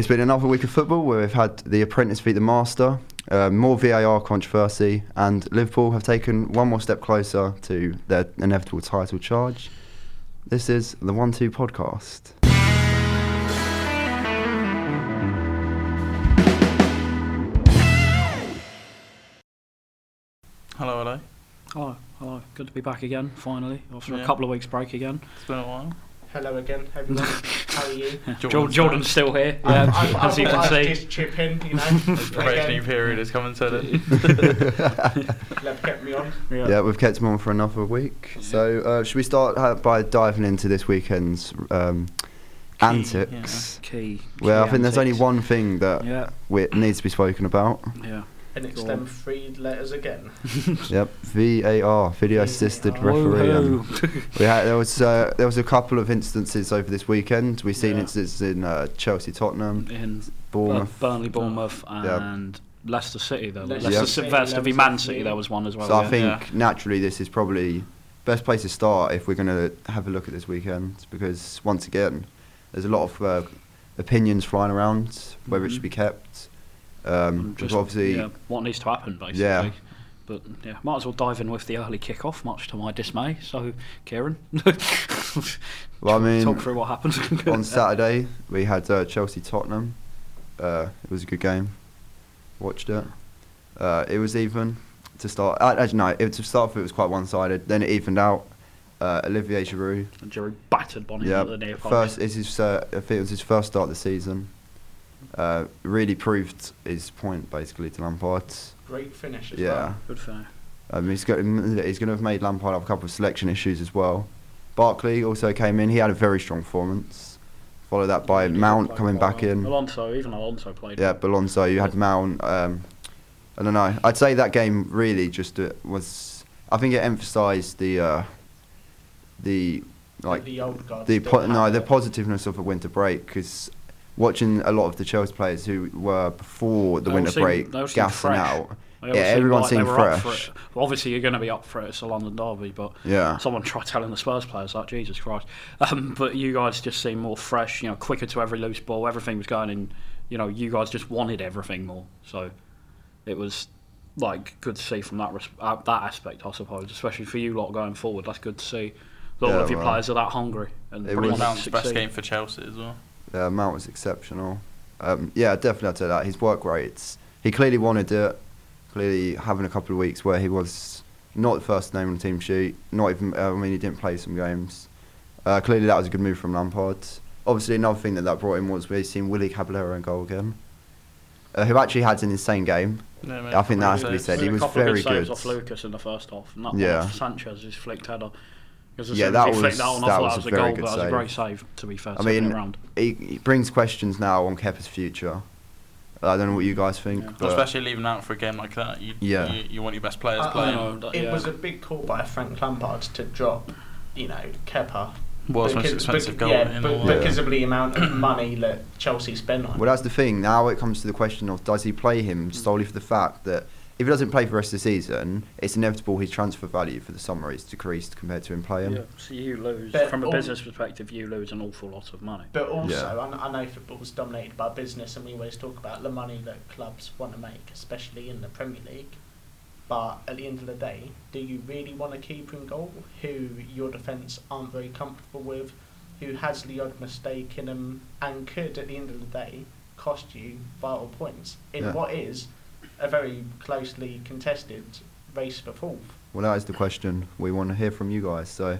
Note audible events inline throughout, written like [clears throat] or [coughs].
It's been another week of football where we've had the apprentice beat the master, uh, more VAR controversy, and Liverpool have taken one more step closer to their inevitable title charge. This is the One Two [laughs] Podcast. Hello, hello. Hello, hello. Good to be back again, finally, after Yeah. a couple of weeks break again. It's been a while. Hello again, everyone. How are you? Jordan's, Jordan's still here, yeah, I- I as you thought can I'd see. Just chip in, you know. His probationary again, period is coming to an end. let get me on. Yeah, we've kept him on for another week. So, uh, should we start uh, by diving into this weekend's um, Key, antics? Key. Well, key I think there's only antics. one thing that Yeah, we, needs to be spoken about. yeah. And it's Go them on. three letters again. Yep, VAR, video assisted Oh, VAR. referee. um, Woohoo. we had there was uh, there was a couple of instances over this weekend. We've seen Yeah. instances in uh, Chelsea, Tottenham, In Bournemouth. Bur- Burnley, Bournemouth, and Leicester City, though. Leicester Leicester, City, City, Leicester v Man Leicester City, City. there was one as well. so I yeah. think Yeah. naturally this is probably best place to start if we're going to have a look at this weekend because once again there's a lot of uh, opinions flying around whether it should Mhm. be kept. Um, Just, obviously, yeah, what needs to happen, basically. Yeah. But yeah, might as well dive in with the early kick-off, much to my dismay. So, Kieran, [laughs] well, I talk mean, through what happened. [laughs] [laughs] on Saturday we had uh, Chelsea Tottenham. Uh, it was a good game. Watched it. Uh, it was even to start. Uh, actually, no, it, to start with it was quite one-sided. Then it evened out. Uh, Olivier Giroud. And Giroud battered Bonnie yeah, at the near post. first it's his. Uh, I think it was his first start of the season. Uh, really proved his point basically to Lampard. Great finish as Yeah. well. Good fair. Um, he's got. He's going to have made Lampard have a couple of selection issues as well. Barkley also came in. He had a very strong performance. Followed that by He did Mount play coming quite back well. in. Alonso, even Alonso played. Yeah, Alonso. You had Mount. Um, I don't know. I'd say that game really just uh, was. I think it emphasised the uh, the like the old guard. the po- no the positiveness of a winter break because watching a lot of the Chelsea players who were before the They all winter seem- break they all seem gassing fresh. out. Yeah, They all seemed everyone they seemed were up for fresh. it. Well, obviously, you're going to be up for it. It's a London derby, but Yeah, someone tried telling the Spurs players like Jesus Christ. Um, but you guys just seemed more fresh. You know, quicker to every loose ball. Everything was going in. You know, you guys just wanted everything more. So it was like good to see from that res- uh, that aspect, I suppose, especially for you lot going forward. That's good to see. that All Yeah, of your well, players are that hungry and it want was- to Mount's best succeed. game for Chelsea as well. uh, Mount was exceptional. Um, yeah, definitely I'd say that his work rates. He clearly wanted it. Clearly having a couple of weeks where he was not the first name on the team sheet. Not even. Uh, I mean, he didn't play some games. Uh, clearly that was a good move from Lampard. Obviously another thing that that brought in was we seen Willy Caballero in goal again, uh, who actually had an insane game. Yeah, I think that has to be saves. said. There He were was a couple very of good saves good. off Lucas in the first half, and that Yeah. one off Sanchez is flicked header. 'Cause as Yeah, soon that as he was- flicked that one off, that I thought was a that was a very goal, good but that was a save. great save, to be fair. I I mean, mean, around. He, he brings questions now on Kepa's future. I don't know what you guys think, Yeah. but Especially leaving out for a game like that. You, Yeah. you, you want your best players I- I playing. know. that- it yeah. was a big call by Frank Lampard to drop, you know, Kepa. World's most Because- expensive bec- goal yeah, in be- the world. Yeah. because of the amount of money that Chelsea spent on. it. well, that's the thing. Now it comes to the question of does he play him solely for the fact that if he doesn't play for the rest of the season, it's inevitable his transfer value for the summer is decreased compared to him playing. Yeah, so you lose But from a all- business perspective. You lose an awful lot of money. But also, Yeah. I, kn- I know football's dominated by business, and we always talk about the money that clubs want to make, especially in the Premier League. But at the end of the day, do you really want a keeper in goal who your defence aren't very comfortable with, who has the odd mistake in them, and could, at the end of the day, cost you vital points in Yeah. what is a very closely contested race for fourth? Well, that is the question we want to hear from you guys. So, if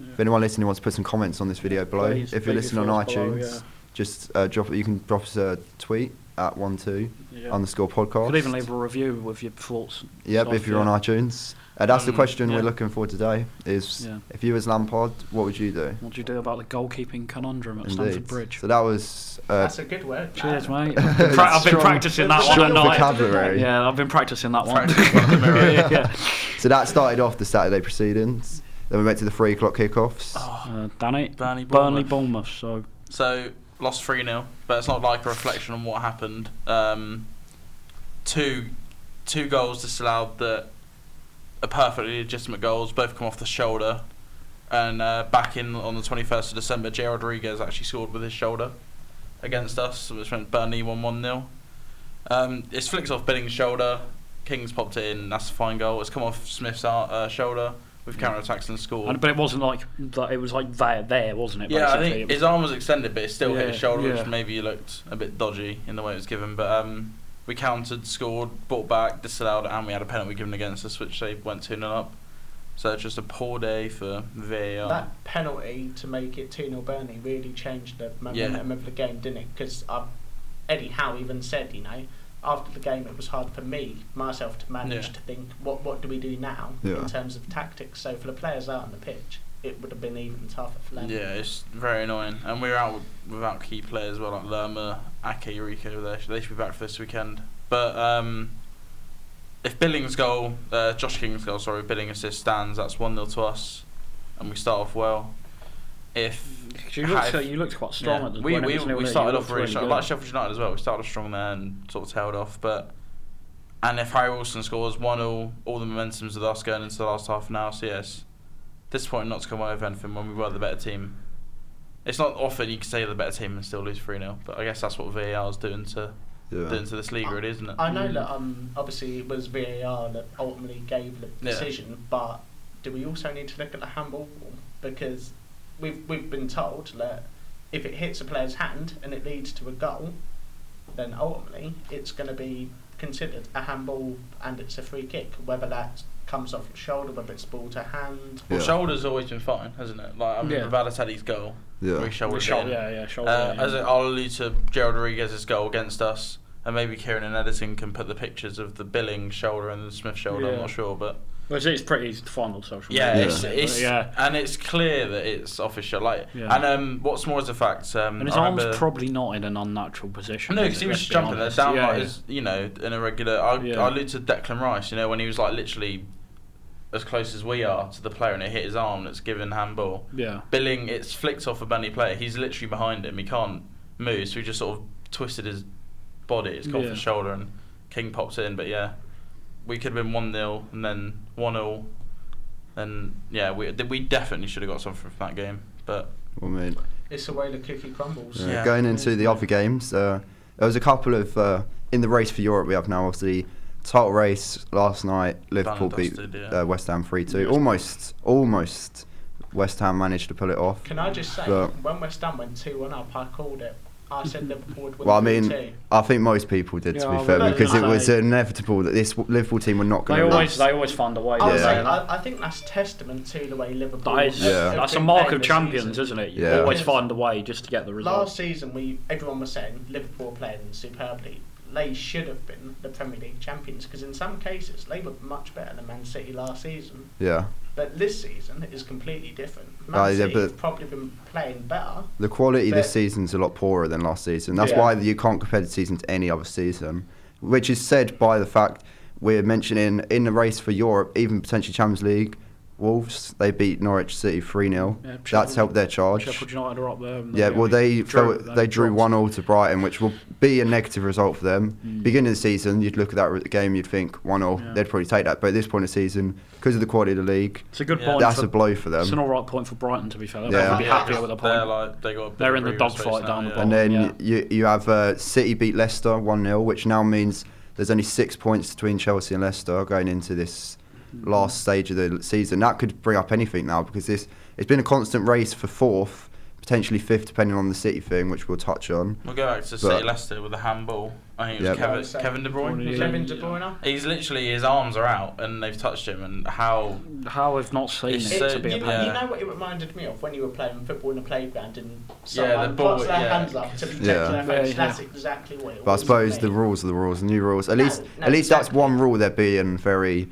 Yeah. anyone listening wants to put some comments on this video below, Please, if you're please listening on leave yours iTunes, below, just uh, drop. You can drop us a tweet at one two yeah. Yeah. underscore podcast. Could even leave a review with your thoughts. Yep, stuff, if you're yeah. on iTunes. Uh, that's the Um, question yeah. we're looking for today. Is Mm, Yeah. if you was Lampard, what would you do? What do you do about the goalkeeping conundrum at Stamford Bridge? So that was uh, That's a good [laughs] word. Cheers, Dan. mate. I've been, pra- I've been Strong- practicing that one strong at night. vocabulary. Yeah, I've been practicing that one. Practice in front of the mirror. yeah, [laughs] yeah. So that started off the Saturday proceedings. Then we went to the three o'clock kickoffs. Oh, Uh, Burnley, Danny, Burnley, Bournemouth. Bournemouth. So So lost three 0 but it's not like a reflection on what happened. Um, two two goals disallowed that are perfectly legitimate goals. Both come off the shoulder, and uh, back in on the twenty first of December, J. Rodriguez actually scored with his shoulder. against us, which went Burnley 1 1 0. Um, it's flicked off Billing's shoulder. King's popped it in. That's a fine goal. It's come off Smith's uh, shoulder with counter attacks and scored. And, but it wasn't like that. It was like there, there, wasn't it? Yeah, I basically? think It his arm was extended, but it still hit Yeah, his shoulder, yeah. which maybe looked a bit dodgy in the way it was given. But um, we countered, scored, brought back, disallowed, and we had a penalty given against us, which they went 2 0 up. So it's just a poor day for VAR. That penalty to make it 2 0 Burnley really changed the momentum of the game, didn't it? Because Eddie Howe even said, you know, after the game it was hard for me, myself, to manage Yeah. to think, what what do we do now Yeah. in terms of tactics? So for the players out on the pitch, it would have been even tougher for them. yeah, it's very annoying. And we were out with- without key players as well, like Lerma, Ake, Rico. They should, they should be back for this weekend. But um, if Billings' goal, uh, Josh King's goal, sorry, Billing assist stands, that's 1 0 to us. And we start off well. If 'Cause you, looked, if- uh, you looked quite strong yeah, at the we, when it we, was nil-nil, we you started looked off really strong, good. like Sheffield United as well. We started off strong there and sort of tailed off. But and if Harry Wilson scores one all, all the momentum's with us going into the last half an hour. So yes, disappointing not to come away with anything when we were the better team. It's not often you can say the better team and still lose three 0 but I guess that's what VAR is doing to Yeah. doing to this league, really, isn't it? I know Mm. that um, obviously it was VAR that ultimately gave the Yeah. decision, but do we also need to look at the handball rule? Because we've we've been told that if it hits a player's hand and it leads to a goal, then ultimately it's going to be considered a handball and it's a free kick, whether that comes off the shoulder, whether it's ball to hand. Well, Yeah. shoulder's always been fine, hasn't it? Like I mean, Yeah. Valatelli's goal, where Yeah. he shouldered it in. Shoulder, yeah, yeah, shoulder. Uh, Oh, yeah. as it- I'll allude to Gerald Rodriguez's goal against us, and maybe Kieran and Edison can put the pictures of the Billing shoulder and the Smith shoulder. I'm Yeah. not sure, but Well, it's- it's pretty easy to find on social yeah, Yeah. media. it's, isn't it? it's But, yeah. and it's clear that it's official. Like, Yeah. and um, what's more is the fact. Um, And his I arm's remember- probably not in an unnatural position. no, is because it? he was Let's just be jumping there honest. down yeah, like yeah. his, you know, an irregular. I, Yeah. I allude to Declan Rice, you know, when he was like literally as close as we are to the player, and it hit his arm. That's given handball. yeah. Billing, it's flicked off a Burnley player. He's literally behind him. He can't move, so he just sort of twisted his body. It's gone off Yeah. his shoulder, and King pops it in. But yeah, we could have been 1 0 and then 1 0. And yeah, we we definitely should have got something from that game. But Well, I mean, It's the way the cookie crumbles. Uh, Yeah. Going into the other games, uh, there was a couple of uh, in the race for Europe we have now. Obviously, title race last night. Liverpool Done and beat dusted, yeah. uh, West Ham three two. Yeah. Almost, almost. West Ham managed to pull it off. Can I just say, But- when West Ham went 2 1 up, I called it. I said Liverpool would win Well, I 3-2. mean, I think most people did Yeah, to be well, fair that's because it not was like- inevitable that this w- Liverpool team were not They going to always, lose. they always find a way. I, don't would Yeah. say, they? I, I think that's testament to the way Liverpool. That is, Yeah. have that's a been mark playing of this champions, season. isn't it? You Yeah. always find a way just to get the result. Last season, we everyone was saying Liverpool were playing superbly. They should have been the Premier League champions because in some cases they were much better than Man City last season. Yeah, But this season is completely different. Man Ah, yeah, City but- have probably been playing better. the quality But- this season's a lot poorer than last season. That's Yeah. why you can't compare the season to any other season, which is said by the fact we're mentioning in the race for Europe, even potentially Champions League. Wolves they beat Norwich City three 0 Yeah, That's Sheffield- helped their charge. Sheffield United are up there. and Yeah, they well, they only drew, they drew dropped. one all to Brighton, which will be a negative result for them. Beginning of the season, you'd look at that re- game, you'd think one all, Mm. Yeah. they'd probably take that. But at this point of the season, because of the quality of the league, It's a good Yeah. point. that's for, a blow for It's an them. all right point for Brighton to be fair. They'd Um, Yeah. be happier with They're, a point. like, they got a bit They're of in the breathing space dogfight now, down the yeah. bottom. And then yeah. you you have uh, City beat Leicester one 0 which now means there's only six points between Chelsea and Leicester going into this last stage of the season. That could bring up anything now because this it's been a constant race for fourth, potentially fifth, depending on the City thing, which we'll touch on. We'll go back to City But- Leicester with a handball. I think it was Yeah. Kevin, Kevin De Bruyne. Yeah. Kevin De Bruyne. He's literally his arms are out and they've touched him and how How I've not seen It's it so- to be you, a you yeah. pain. know what it reminded me of when you were playing football in the playground and Yeah, the someone ball- puts their yeah. hands up to protect Yeah. their face. Yeah, That's yeah. exactly what it But I was. suppose for the me. rules are the rules, new rules. At No, least, no, at least that's exactly. one rule they're being very,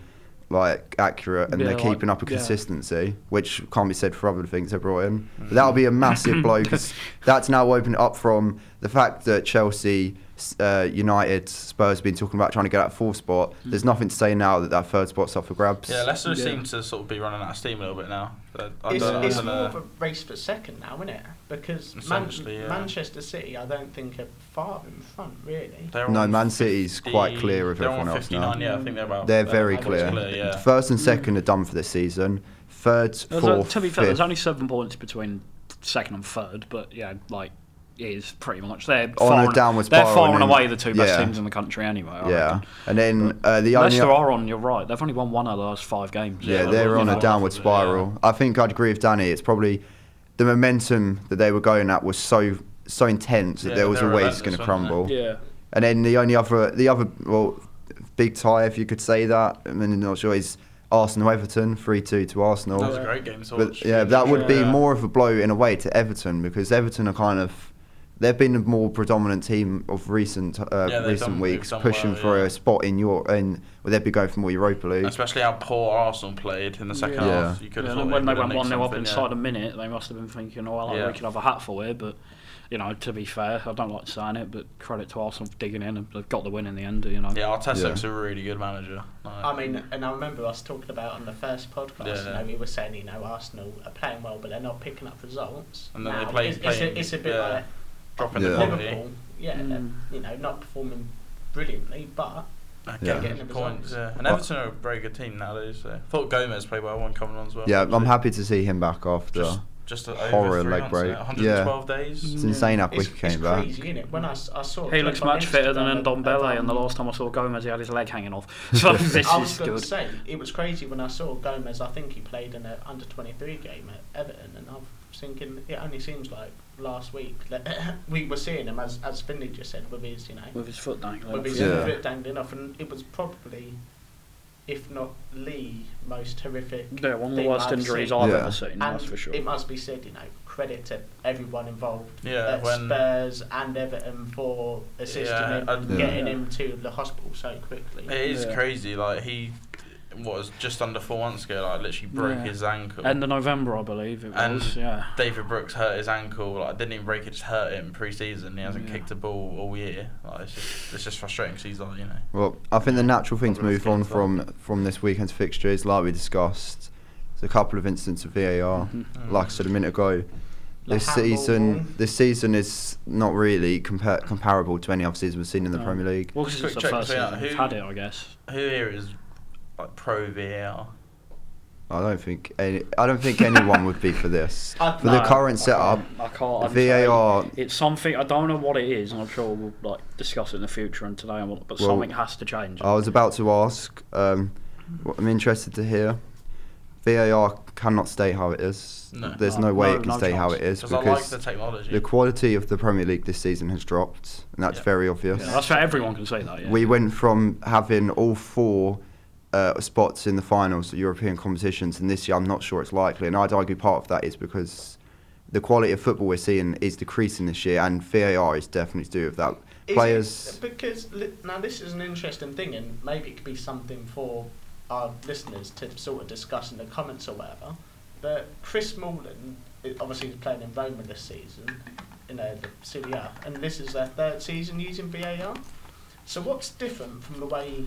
like accurate, and Yeah, they're like- keeping up a yeah. consistency, which can't be said for other things they brought in. Mm. But that'll be a [laughs] massive blow because that's now opened up from the fact that Chelsea, s- uh, United, Spurs have been talking about trying to get that fourth spot. There's nothing to say now that that third spot's up for grabs. Yeah, Leicester Mm. Yeah. seem to sort of be running out of steam a little bit now. But I It's, don't it's know. more of a race for second now, isn't it? Because Man- Essentially, yeah. Manchester City, I don't think are far in front, really. They're No, on Man City's quite clear of they're on everyone else 59, now. Yeah, I think they're about. They're they're very about clear. yeah. First and second are done for this season. Third, Mm. There's a- fourth, to be fair, there's fifth. only seven points between second and third, but yeah, like is pretty much they're On a far and- downward They're spiral far and and then- away the two best yeah. teams in the country anyway. I yeah, reckon. and then uh, the only Leicester are on. You're right. They've only won one of the last five games. yeah, so, they're you on know, a downward yeah. spiral. I think I'd agree with Danny. It's probably the momentum that they were going at was so so intense that Yeah, there was they were always going relentless, to weren't they? crumble. Yeah. And then the only other, the other, well, big tie if you could say that. I mean, not sure is Arsenal Everton three two to Arsenal. That was a great game. To But watch. yeah, that would be Yeah. more of a blow in a way to Everton because Everton are kind of they've been the more predominant team of recent uh, Yeah, they've recent done- they've weeks, done pushing well, for yeah. a spot in Europe. And well, they'd be going for more Europa League. Especially how poor Arsenal played in the second Yeah. half. You could Yeah, have and thought when they could have went nicked one 0 up something, inside yeah. a minute, they must have been thinking, "Oh, well, like, Yeah. we could have a hat for it." But you know, to be fair, I don't like saying it, but credit to Arsenal for digging in and they've got the win in the end. You know. Yeah, Arteta Yeah. looks a really good manager. Like, I mean, and I remember us talking about on the first podcast, you Yeah. know, we were saying, you know, Arsenal are playing well, but they're not picking up results. And then now, they play- it's, playing- it's, a, it's a bit yeah. like dropping Yeah. the quality, Liverpool, yeah, Mm. they're, you know, not performing brilliantly, but uh, Yeah. getting Getting the points. results. Yeah. And But- Everton are a very good team nowadays. So. thought Gomez played well when coming on as well. yeah, I'm Obviously. happy to see him back after. Just, just over horror three leg months, break. yeah, 112 days. it's Yeah. insane how quick it's, he it's came back. crazy, innit? When I, s- I saw a He clip looks on much fitter than Instagram of- Ndombele, and the of, um, last time I saw Gomez, he had his leg hanging off. [laughs] So this I was is going good. to say it was crazy when I saw Gomez. I think he played in an under twenty three game at Everton, and I'm thinking it only seems like last week that [coughs] we were seeing him as as Finley just said with his you know With his foot dangling. with off, his Yeah. foot dangling off, and it was probably, if not the most horrific. Yeah, one of the thing worst I've injuries seen. I've Yeah. ever seen, And that's for sure. it must be said, you know, credit to everyone involved Yeah, at Uh, when Spurs and Everton for assisting Yeah, him and- and getting Yeah. him to the hospital so quickly. it is Yeah. crazy. Like he was just under four months ago. Like literally broke Yeah. his ankle. End of November, I believe it And- was. Yeah. David Brooks hurt his ankle. Like didn't even break it, just hurt him pre-season. He hasn't Yeah. kicked a ball all year. Like it's just it's just frustrating 'cause he's like you know. Well, I think the natural thing to Probably move on escaped from from this weekend's fixture is like we discussed. There's a couple of incidents of VAR. Mhm. Like I said a minute ago, Mm-hmm. The this handball season rule. this season is not really compa- comparable to any other season we've seen in the No. Premier League. Well, 'cause Quick it's the check first between season that. we've Who- had it, I guess. Who here is like pro VAR? I don't think any, I don't [laughs] think anyone would be for this. I- For the No, current I setup, can't- I can't. I'm VAR saying It's something I don't know what it is, and I'm sure we'll like discuss it in the future and today. And what, but Well, oh, something has to change. I was about to ask. Um, what I'm interested to hear. VAR cannot stay how it is. No. There's No, no way no, it can no stay how it chance. is Because I like because the technology. the quality of the Premier League this season has dropped, and that's Yeah. very obvious. Yeah, that's fair. Everyone can say that. Yeah. We went from having all four uh, spots in the finals of European competitions, and this year I'm not sure it's likely. And I'd argue part of that is because the quality of football we're seeing is decreasing this year, and VAR is definitely to do with that. Is Players, it- because li- now this is an interesting thing, and maybe it could be something for our listeners to sort of discuss in the comments or whatever. But Chris Mullen, i- obviously, he's playing in Roma this season, in uh, the Serie A, and this is their third season using VAR. So what's different from the way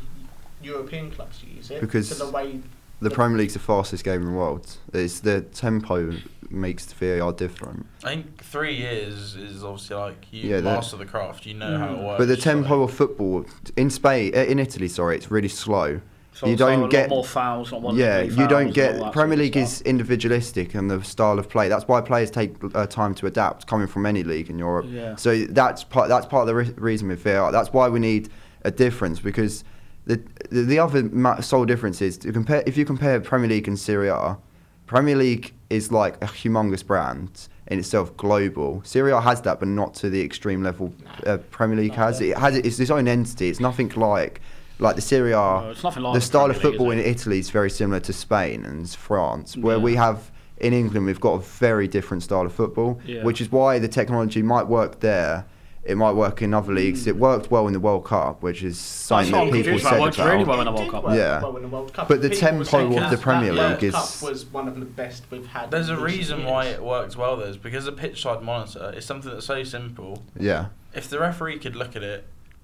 European clubs use it Because to the way the Premier League's the fastest game in the world. It's the tempo makes the VAR different. I think three years is obviously like you Yeah, that- master the craft. You know how it Mm. works. But the so- tempo of football in Spain, uh, in Italy, sorry, it's really slow. So, you so don't a lot get- more fouls. Not one yeah, too many you don't fouls, all get. that Premier sort of League is stuff. individualistic and the style of play. That's why players take uh, time to adapt, coming from any league in Europe. Yeah. So that's part. That's part of the re- reason with VAR. That's why we need a difference because the the, the other ma- sole difference is to compare. If you compare Premier League and Serie A, Premier League is like a humongous brand in itself, global. Serie A has that, but not to the extreme level uh, Premier League has. It has it's its own entity. It's nothing like like the Serie A No, it's nothing like the style Premier of League, football is in it? Italy is very similar to Spain and France, where we Yeah. have in England we've got a very different style of football, Yeah. which is why the technology might work there. It might work in other leagues. It worked well in the World Cup, which is something Mm. what that I'm people confused said about. It about. works really well in the It World did Cup. work Yeah. well in the World Cup. But the People were tempo saying of that the Premier that League World is- Cup was one of the best we've had. There's a in recent reason years. why it works well though, is because the pitch side monitor is something that's so simple. Yeah, If the referee could look at it,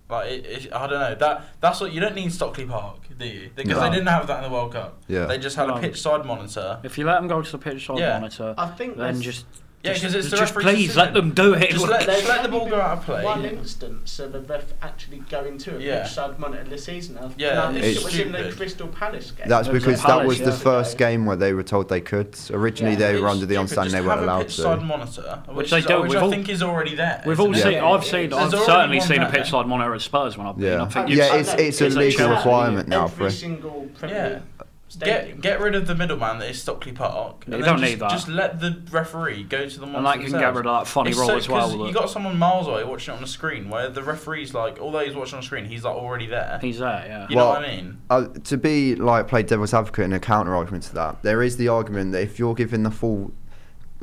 like it, it, I don't know that that's what you don't need Stockley Park, do you? Because No. they didn't have that in the World Cup. Yeah. They just had No. a pitch side monitor. If you let them go to the pitch side Yeah. monitor, I think then there's- just Yeah, because it's the just referee's please decision. let them do it. Just Like- let- let- the ball go out of play. One Yeah. instance of a ref actually going to a Yeah. yeah. side monitor this season. Now, Yeah, now, it's this it was in the stupid. Crystal Palace game. That's It was because at that Palace, was the yeah. first game where they were told they could. Originally, Yeah. they were It's under the stupid. understanding Just they weren't have a allowed pitch side to. monitor, which, they is- do. which We've I all- think is already there. [laughs] We've all Yeah. seen. I've Yeah. seen. There's I've already certainly one seen a there. pitch side monitor at Spurs when I've been. Yeah. I think Yeah, you've- it's- it's a it's like legal Chelsea. requirement now for Every it. single Premier Yeah. League Get stadium. get rid of the middleman that is Stockley Park. You and then don't just, need that. Just let the referee go to the monitor. and like you can get themselves. rid of that funny It's rule so- as 'cause well. You that got someone miles away watching it on the screen, where the referee's like, although he's watching on the screen, he's like already there. He's there. Yeah. You know Well, what I mean? Uh, to be like play devil's advocate in a counter argument to that, there is the argument that if you're giving the full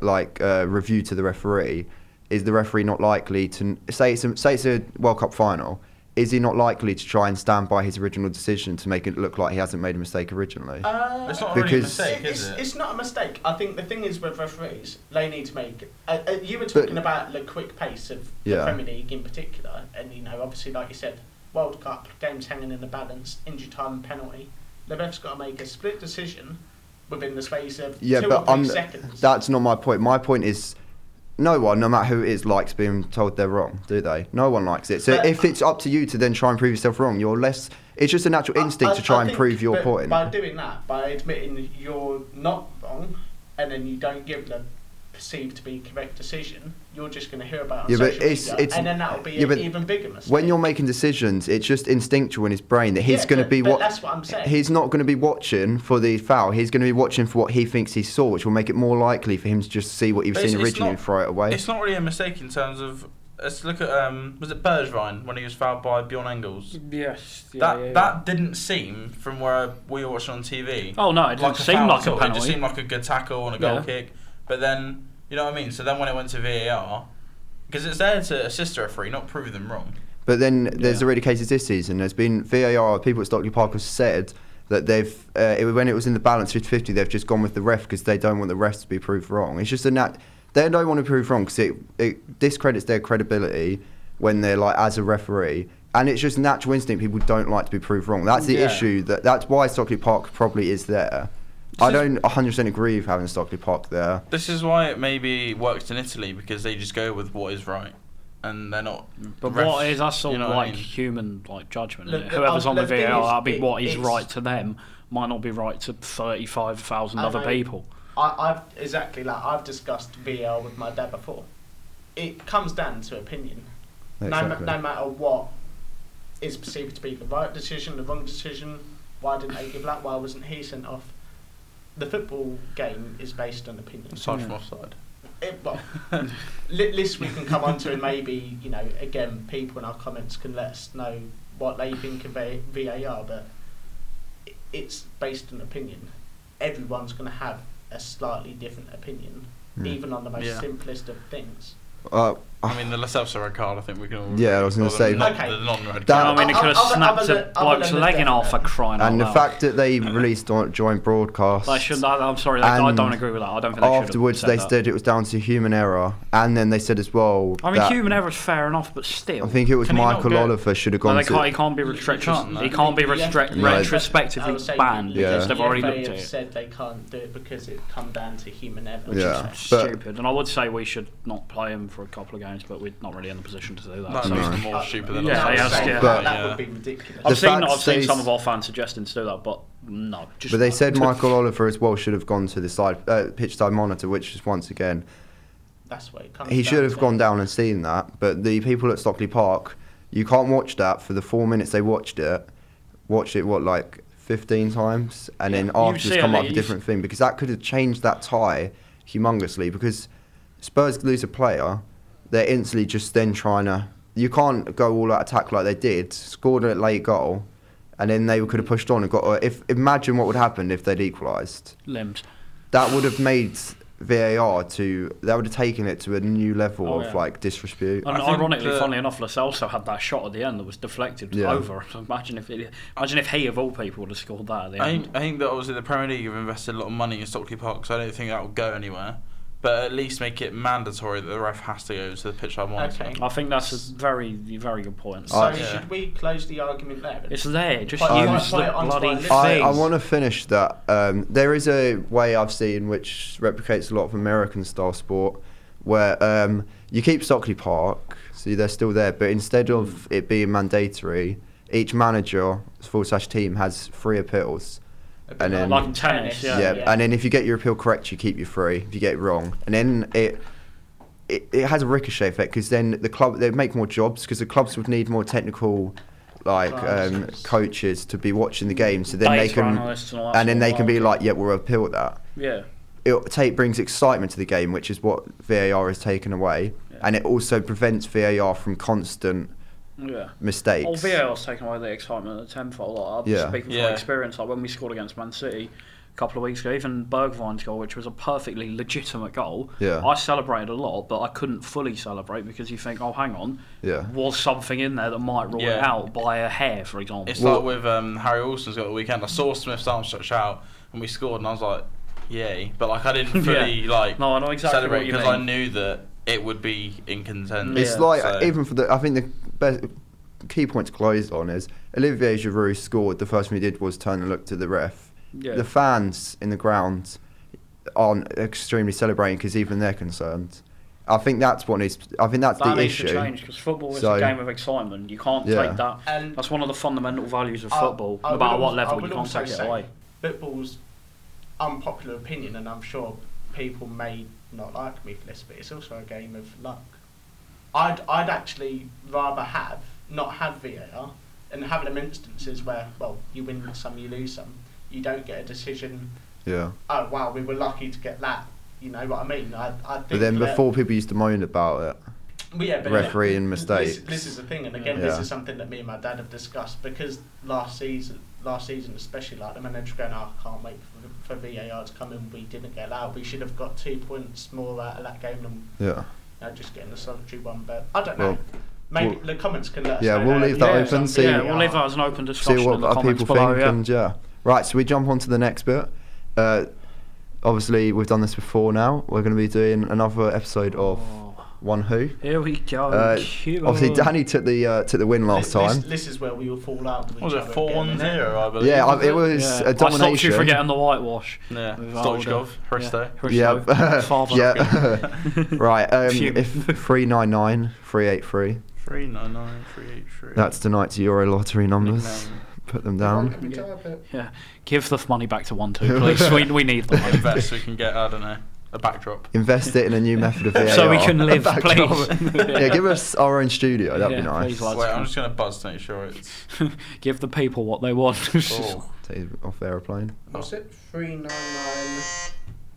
like uh, review to the referee, is the referee not likely to say it's a, say it's a World Cup final? Is he not likely to try and stand by his original decision to make it look like he hasn't made a mistake originally? Uh, It's not really a Because- mistake, it's, is it? it's not a mistake. I think the thing is with referees, they need to make. Uh, uh, you were But- talking about the quick pace of Yeah. the Premier League in particular, and you know, obviously, like you said, World Cup games hanging in the balance, injury time, penalty. The ref's got to make a split decision within the space of Yeah, two but or three I'm- seconds. That's not my point. My point is, no one, no matter who it is, likes being told they're wrong, do they? No one likes it. So But- if it's up to you to then try and prove yourself wrong, you're less. It's just a natural instinct I- to try I and think prove your by- point. By doing that, by admitting that you're not wrong, and then you don't give the perceived to be correct decision, you're just going to hear about it on Yeah, but social it's- media, it's- and then that'll be yeah, an but even bigger mistake. When you're making decisions, it's just instinctual in his brain that he's Yeah, going to but- be but what. that's what I'm saying. He's not going to be watching for the foul. He's going to be watching for what he thinks he saw, which will make it more likely for him to just see what you've But it's- seen it's originally not- and throw it away. It's not really a mistake in terms of. Let's look at um, was it Bergevine when he was fouled by Bjorn Engels? Yes. that that didn't seem from where we were watching on TV. Oh no! It didn't a seem foul like at all. a It just penalty. seemed like a good tackle and a goal Yeah. kick. But then you know what I mean. So then when it went to VAR, because it's there to assist a referee, not prove them wrong. But then there's Yeah. already cases this season. There's been VAR. People at Stockley Park have said that they've uh, it, when it was in the balance 50-50, they've just gone with the ref because they don't want the refs to be proved wrong. It's just a nat. They don't want to prove wrong because it, it discredits their credibility when they're like as a referee. And it's just natural instinct. People don't like to be proved wrong. That's the Yeah. issue. That that's why Stockley Park probably is there. I This is- don't 100% agree with having Stockley Park there. This is why it maybe works in Italy because they just go with what is right, and they're not. But refs, what is that's all you know what I like mean? human like judgment? Look, isn't it? Whoever's uh, on the the thing VAR, is, that'd be it- what is it's- right to them might not be right to thirty-five thousand I other know. people. I, I've exactly like I've discussed VL with my dad before. It comes down to opinion. Exactly. No, ma- no matter what is perceived to be the right decision, the wrong decision. Why didn't they give that? Why wasn't he sent off? The football game is based on opinion. Aside from offside. It, Eh, well, li- list we can come onto, and maybe you know, again, people in our comments can let us know what they think of A- VAR, but i- it's based on opinion. Everyone's going to have a slightly different opinion, Mm. even on the most Yeah. simplest of things. Uh, I mean, the Lacelso red card. I think we can all. Yeah, I was gonna or the say- non- Okay. the non-red That- I card. mean, it Other- could have other- snapped other a than- bloke's other than leg in the- half for crying and the out loud. fact that [clears throat] they released on, during broadcast. Like, should, I, I'm sorry, like, I And don't agree with that. I don't think they should have afterwards said they that. said it was down to human error and then they said as well I mean, that- human error's fair enough, but still. I think it was Can he not Michael go- Oliver should have No, gone they to can't, he can't be You- you can't, retrospectively. no. He can't be The F- restrect- No. I retrospectively would say banned Yeah. because they've the already FA looked have at it. said they can't do it because it come down to human error. Which Yeah. is but- stupid. And I would say we should not play him for a couple of games, but we're not really in the position to do that. That so- no. makes them more stupid than Yeah, us. I yeah, would say yeah. But- that would be ridiculous. The I've seen, fact I've seen stays- some of our fans suggesting to do that, but no. Just but they [laughs] said Michael Oliver as well should have gone to the side uh, pitch side monitor which is once again That's what it comes. he down should have to. gone down and seen that but the people at Stockley Park you can't watch that for the four minutes they watched it watched it what like 15 times and Yeah, then you afterwards see come at up with a least- different thing because that could have changed that tie humongously because Spurs lose a player they're instantly just then trying to you can't go all out attack like they did scored a late goal and then they could have pushed on and got a- if imagine what would happen if they'd equalised limbs. that would have made VAR to that would have taken it to a new level Oh, of yeah. like disrespute. And I think ironically, that- funnily enough, Lascelles also had that shot at the end that was deflected Yeah. over. [laughs] So imagine if it, imagine if he of all people would have scored that at the I end. think, I think that obviously the Premier League have invested a lot of money in Stockley Park, so I don't think that will go anywhere. But at least make it mandatory that the ref has to go to the pitch side monitor. Okay. I think that's a very very good point. So Uh, yeah. should we close the argument there? It's there. Just Quite- quite- use quite the on bloody toilet. thing. I, I want to finish that. Um, there is a way I've seen which replicates a lot of American style sport where um, you keep Stockley Park, so they're still there, but instead of it being mandatory, each manager forward slash team has three appeals. And then- like in tennis, Yeah, Yeah, and then if you get your appeal correct, you keep your three. If you get it wrong, and then it. It, it has a ricochet effect because then the club they make more jobs because the clubs would need more technical, like um, Classes. coaches to be watching the game. So then they Data can, analysts and all that and then sort of they can be malarkey. like, yeah, we'll appeal that. yeah. it take, brings excitement to the game, which is what VAR has taken away, Yeah. and it also prevents VAR from constant Yeah. mistakes. Oh, VAR's taken away the excitement at tenfold. Like, I'm Yeah. speaking from Yeah. experience. Like when we scored against Man City a couple of weeks ago, even Bergwijn's goal, which was a perfectly legitimate goal, Yeah. I celebrated a lot, but I couldn't fully celebrate because you think, oh, hang on, Yeah. was something in there that might rule it Yeah. out by a hair, for example. It's Well- like with um, Harry Wilson's got the weekend. I saw Smith's arm stretch out and we scored, and I was like, "Yay!" But like I didn't Yeah. fully like No, I know exactly celebrate what you because mean. I knew that it would be in contention. It's Yeah. like so- even for the I think the best key point to close on is Olivier Giroud scored. The first thing he did was turn and look to the ref. Yeah. The fans in the ground aren't extremely celebrating because even they're concerned. I think that's what needs. I think that's the that needs issue. to change because football is So- a game of excitement. You can't Yeah. take that. And- That's one of the fundamental values of I- football. I no matter would what al- I level, you would can't also take it say away. Football's unpopular opinion, and I'm sure people may not like me for this, but it's also a game of luck. I'd, I'd actually rather have not have VAR and have them instances where, well, you win some, you lose some. You don't get a decision, Yeah. oh, wow, we were lucky to get that. You know what I mean? I, I think But then that- before people used to moan about it. Well, yeah, but refereeing th- mistakes. This, this is the thing, and again, this Yeah. is something that me and my dad have discussed because last season, last season especially, like the manager going, oh, "I can't wait for, for VAR to come in. We didn't get that. We should have got two points more out of that game than Yeah. you know, just getting a solitary one." But I don't Well, know. Maybe we'll- the comments can let us yeah, know we'll now leave if that you yeah, think open, it's see- yeah, VAR. we'll leave that as an open see discussion what in the other comments people below. think yeah. and yeah right so we jump on to the next bit uh, obviously we've done this before now we're going to be doing another episode of Oh. one who Here we go. uh, Cue obviously on. danny took the uh, took the win last This- this- time This, is where we all fall out. With What was each it other four one again, isn't it? zero? I believe. yeah I, it it? was a I stopped you domination from getting the whitewash. Yeah, With Stoichkov, older- Hristo. yeah, Hristo, [laughs] [laughs] Father. yeah. [laughs] right. Um, Phew. if 399, 383, Three nine nine three eight three. that's tonight's Euro lottery numbers. Nickname. Put them Can down. we type it? Yeah. Give the money back to [laughs] one two, please. we, we need the money. Invest so we can get I don't know a backdrop. Invest it in a new method of VAR. [laughs] So we [laughs] can live, Back please. off. yeah, give us our own studio. That'd Yeah, be nice. please, lads. Wait, I'm just gonna buzz to make sure it's. [laughs] [laughs] Give the people what they want. Oh, Take it off aeroplane. What's it? Three nine nine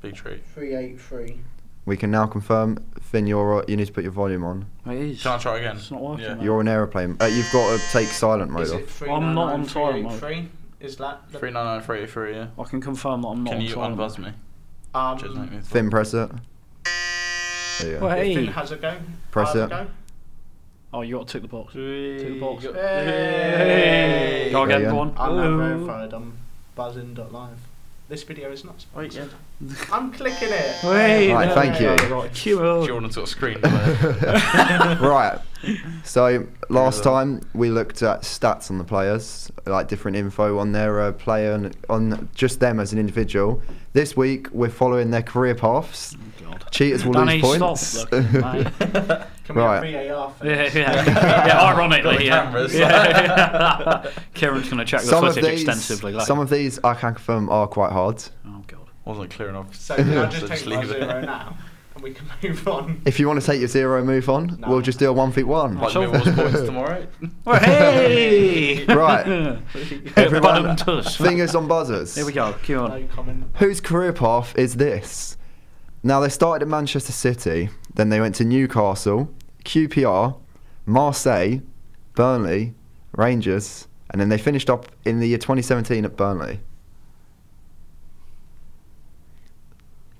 big treat. three eight three. We can now confirm, Finn, you're, you need to put your volume on. [laughs] It is. Can I try again? It's not working, Yeah. mate. You're an aeroplane. Uh, you've got to take silent mode Is off. it three I'm nine not on nine three time, eight mate. three? Is that the Three nine nine three eight three. Yeah. I can confirm that I'm not Can on you silent. unbuzz me? Cheers, mate. Um, mate. Finn, press it. There you go. Wait. if Finn Hey. has a go. Press I have it. a go. Oh, you got to tick the box. Two balls. Go Hey. Go again, There you go go. on. I'm Ooh. not verified. I'm buzzing.live. This video is not. Wait, yeah. I'm clicking it. Wait, Right, no, thank no, you. no, Right, [laughs] cue up. Jordan's got a screen. [laughs] there. [laughs] right. So last Yeah. time we looked at stats on the players, like different info on their uh, player and on just them as an individual. This week we're following their career paths. God. Cheaters will Danny, lose stop points. looking, mate. [laughs] Can Right. we have VAR for Yeah, [laughs] this? yeah. [laughs] yeah ironically, Got the yeah. cameras. yeah. [laughs] Kieran's going to check the some of footage these, extensively later. some of these I can confirm are quite hard. oh, God. Wasn't clear enough. [laughs] So can [laughs] I So just just take my leave it. zero now, and we can [laughs] move on. If you want to take your zero move on, No. we'll just do a one feet one. Like Sure. Millwall's points tomorrow. [laughs] Well, [laughs] hey! Right. [laughs] Everyone, fingers on buzzers. Here we go. Cue on. No comment. Whose career path is this? Now they started at Manchester City, then they went to Newcastle, QPR, Marseille, Burnley, Rangers, and then they finished up in the year 2017 at Burnley.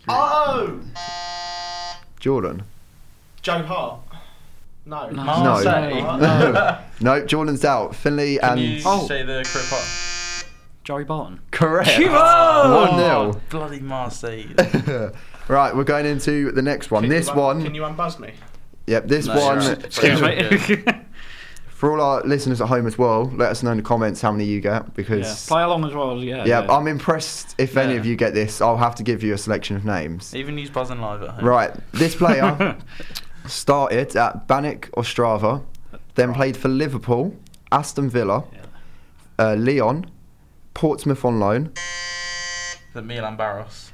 Oh, Jordan. Joe Hart. No. No. Marseille. No. [laughs] No. No, Jordan's out. Finley [laughs] Can and you Oh. say the career part? Joey Barton. correct. One Oh! nil. Bloody Marseille. [laughs] right, we're going into the next one. Can this you un- one, Can you unbuzz me? yep, this No, one. [laughs] sorry. Excuse me. Yeah. For all our listeners at home as well, let us know in the comments how many you get Yeah. because Play along as well. Yeah. yeah, I'm impressed. If any Yeah. of you get this, I'll have to give you a selection of names. Even use buzzing live at home. Right, this player started at Bannock or Strava, then played for Liverpool, Aston Villa, Yeah. uh, Leon, Portsmouth on loan. [laughs] The Milan Barros.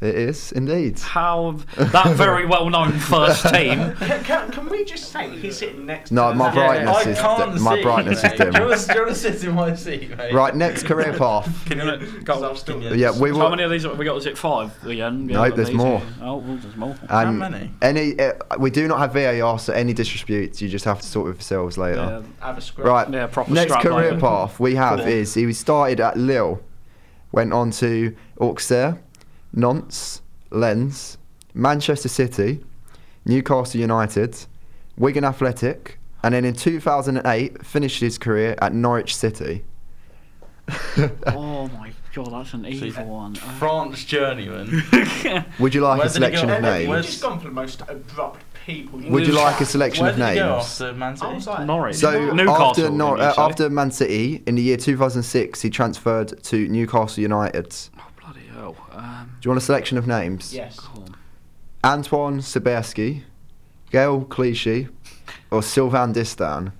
It is indeed. How that very well-known first team. Can, can, can we just say he's sitting next No, to Uh, my the- brightness I is can't dim- my see, brightness is mate. dim. Do you wanna- do you want to sit in my seat, mate? Right, next career path. [laughs] Can you Because go I'm still- Yeah, we How will. many of these have we got? Is it five? Yeah, No, yeah, there's these more. Ah, two. Oh, well, there's more. And many? Any, uh, we do not have VAR, so any disputes you just have to sort with yourselves yeah, later. Have a scrub. Right. yeah, proper Next strap career line. path we have Cool. is he started at Lille, went on to Auxerre, Nantes, Lens, Manchester City, Newcastle United, Wigan Athletic, and then in 2008 finished his career at Norwich City. [laughs] Oh my god, that's an So you- evil one. Uh, France [laughs] journeyman. Would you like Where a did he selection go? of Where did he- We've names? just gone for the most abrupt people. Would you Where like a selection Where of did he go names? after Man City? I was like, Norwich. So Newcastle, after Nor- didn't you uh, say? after Man City in the year 2006, he transferred to Newcastle United. Do Oh, bloody hell. Um, you want a selection of names? [laughs] Yes. cool. Antoine Sebeski, Gail Clichy, or Sylvain Distan.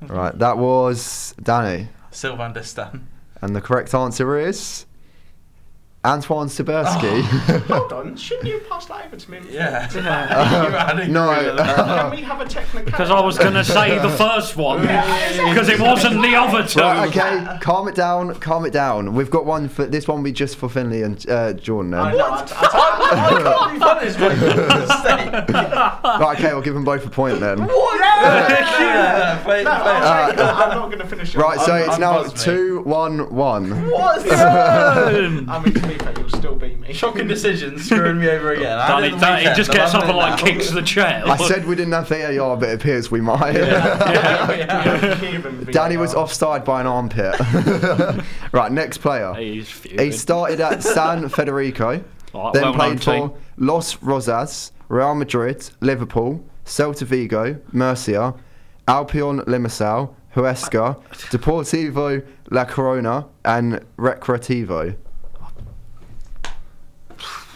Mm-hmm. Right, that was Danny, Sylvain Distan. and the correct answer is Antoine Sebeski. Oh, [laughs] Hold on, shouldn't you pass that over to me? [laughs] Yeah. [laughs] Uh, [laughs] You had it. no, You had it. uh, [laughs] Can we have [laughs] a technical? Because I was going to [laughs] say the first one, Yeah. because it wasn't the other two. Right, okay, calm it down, calm it down. We've got one for this one. Will be just for Finley and uh, Jordan. Then. I know, I, I, I can't be [laughs] punished by your [laughs] mistake. Right, okay, I'll give them both a point then. What? [laughs] Yeah. Yeah, play- no, play- I'm, taking that. I'm not going to finish it. Uh, Right, so I'm- it's I'm now buzzed, mate. two, one, one. [laughs] [laughs] I mean, to be fair, you'll still beat me. [laughs] Shocking decision, screwing me over again. I Danny, did the Danny weekend, just and gets I'm up and in like now. kicks the chair. I said we didn't have VAR, but it appears we might. Yeah. [laughs] Danny was offside by an armpit. [laughs] right, next player. He's He fuming. started at [laughs] San Federico, Oh, then well-known played team. for Los Rosas, Real Madrid, Liverpool, Celta Vigo, Murcia, Albion Limassol, Huesca, Deportivo La Corona, and Recreativo.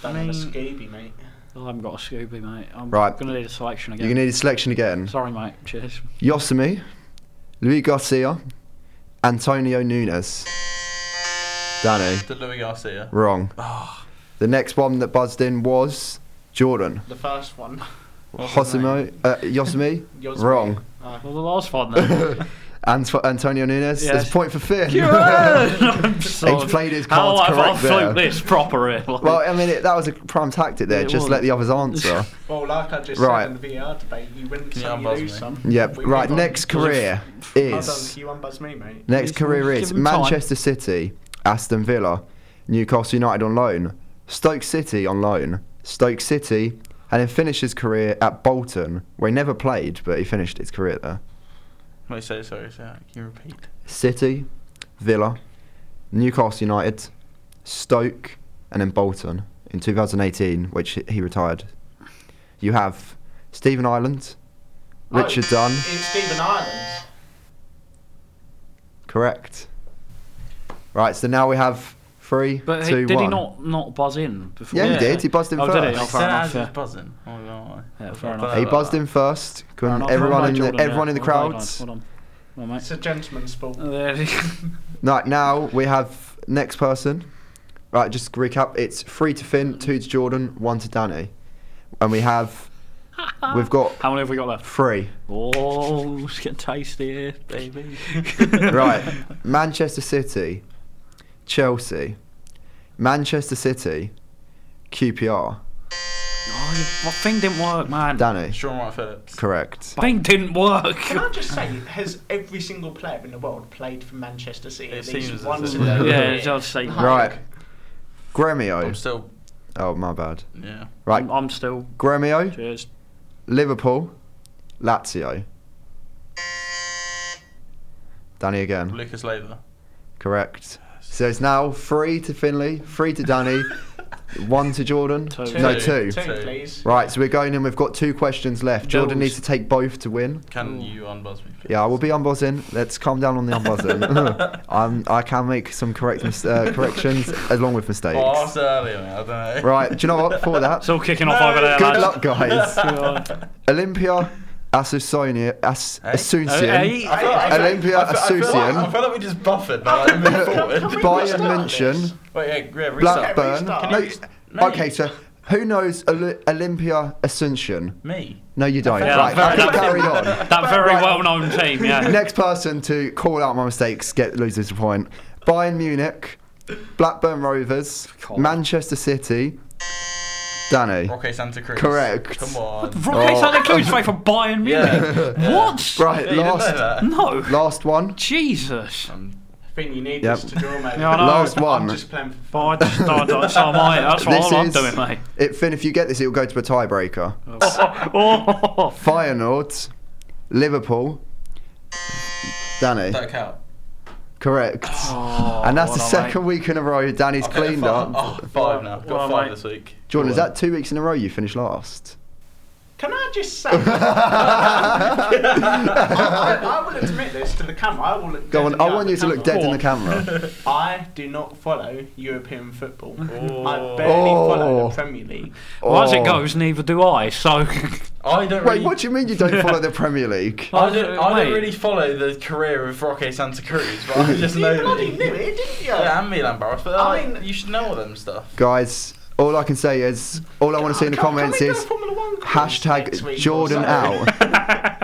Done on a scaby, mate. Oh, I haven't got a Scooby, mate. I'm Right. going to need a selection again. You're going to need a selection again. Sorry, mate. Cheers. Yosemi, Luis Garcia, Antonio Nunes. Danny. [laughs] To Louis Garcia. Wrong. Ah. The next one that buzzed in was Jordan. The first one. What was his name? Josimo, uh, [laughs] Yosemi? Yours Wrong. [laughs] Uh, Well, the last one then. Ant- Antonio Nunes. There's a Yes. point for Finn. [laughs] [laughs] I'm sorry. He's played his How cards have I correct there. float this proper here? [laughs] Like, well, I mean, it, that was a prime tactic there. It Just was. let the others [laughs] answer. well, like I just Right. said in the VR debate, you win you some, you unbuzz lose me? some. yep. We Right. move on. Next career Hold on, is can you unbuzz me, mate? next Give career him is time. Manchester City, Aston Villa, Newcastle United on loan, Stoke City on loan, Stoke City, and then finished his career at Bolton, where he never played, but he finished his career there. Wait, say sorry, say that. Can you repeat? City, Villa, Newcastle United, Stoke, and then Bolton in 2018, which he- he retired. You have Stephen Ireland, Richard Oh, Dunn, It's Stephen Ireland. correct. Right, so now we have three, two, one. but he, did he not not buzz in before? Yeah, he Yeah. did. He buzzed in Oh, did he? first. He Oh, fair said enough, as yeah. he's buzzing. Oh, no. Yeah, fair I enough. don't He know buzzed about in first. Can Fair enough. everyone Well in done, the Jordan, everyone yeah. in the Well done, crowd? guys. Well done. Well, It's mate. a gentleman's ball. There you go. Right, now we have next person. Right, just to recap. It's three to Finn, two to Jordan, one to Danny, and we have we've got How many have we got left? three. Oh, it's getting tasty here, baby. [laughs] Oh, Right, [laughs] Manchester City, Chelsea, Manchester City, QPR. Oh, you- my thing didn't work, man. Danny, Sean uh, Wright Phillips. correct. My thing didn't work. [laughs] Can I just say, has every single player in the world played for Manchester City It at seems least as once if in their it- yeah, career? it's just say Right, I'm Gremio. still. Oh my bad. Yeah. Right, I'm, I'm still. Gremio, Cheers. Liverpool, Lazio. Danny again. Lucas Leiva. Correct. So it's now three to Finley, three to Danny, [laughs] One to Jordan. Two. No, two. Two. Two, Two. please. Right, so we're going in. We've got two questions left. Jordan Bills. needs to take both to win. Can you unbuzz me? please? Yeah, I will be unbuzzing. Let's calm down on the [laughs] unbuzzing. um, I can make some correct mis- uh, corrections along with mistakes. Oh, I was earlier, mate. I don't know. [laughs] Right, do [laughs] you know what? For that, It's all kicking off over there, good uh, luck, lads. guys. Good. Olympia Asuncion. As- Eh? Asuncion. Eh, eh? I feel like- I feel- Olympia I feel- I feel like- Asuncion. I feel like we just buffered, [laughs] but I moved Can- can forward. we Bayern restart München. this? Wait, yeah, yeah, restart. Blackburn. Restart. No, Can you- no, okay, you- so who knows Oli- Olympia Asuncion? Me. No, you don't. Yeah, right, very- keep carrying [laughs] on. That very well-known team, yeah. Next person to call out my mistakes get loses a point. Bayern Munich, Blackburn Rovers, God. Manchester City, Danny. Roque Santa Cruz. Correct. Come on. Roque Oh. Santa Cruz played for Bayern [laughs] Munich. Yeah. What? Right, Yeah, you didn't know last that. No. last one. Jesus. Um, I think you need Yep. this to draw, mate. Yeah, I know. Last I'm one. just playing for Oh, I just I don't- [laughs] so am I. That's what This all I'm is- doing, mate. It Finn, if you get this, it will go to a tiebreaker. [laughs] Oh, oh. Feyenoord, Liverpool, Danny. don't count. Correct. Oh, and that's the well done, second week in a row Danny's Okay, cleaned five. up. Oh, five now. I've Well, got five mate. this week. Jordan, is that two weeks in a row you finished last? Can I just [laughs] say? I, I will admit this to the camera. I will. Go on, definitely I want you to the look camera. dead in the camera. I do not follow European [laughs] football. I Oh. barely follow Oh. the Premier League. Well, as it Oh. goes, neither do I. So, [laughs] I don't Wait, really. what do you mean you don't follow the Premier League? I don't, I Mate. don't really follow the career of Roque Santa Cruz, but [laughs] I just You know. bloody that- knew it, didn't you? Yeah, and Milan Barros, but I I mean- mean, you should know all them stuff. Guys, all I can say is, all I want to see in the Can- can comments we do a is Formula One quiz next hashtag week or Jordan something? out.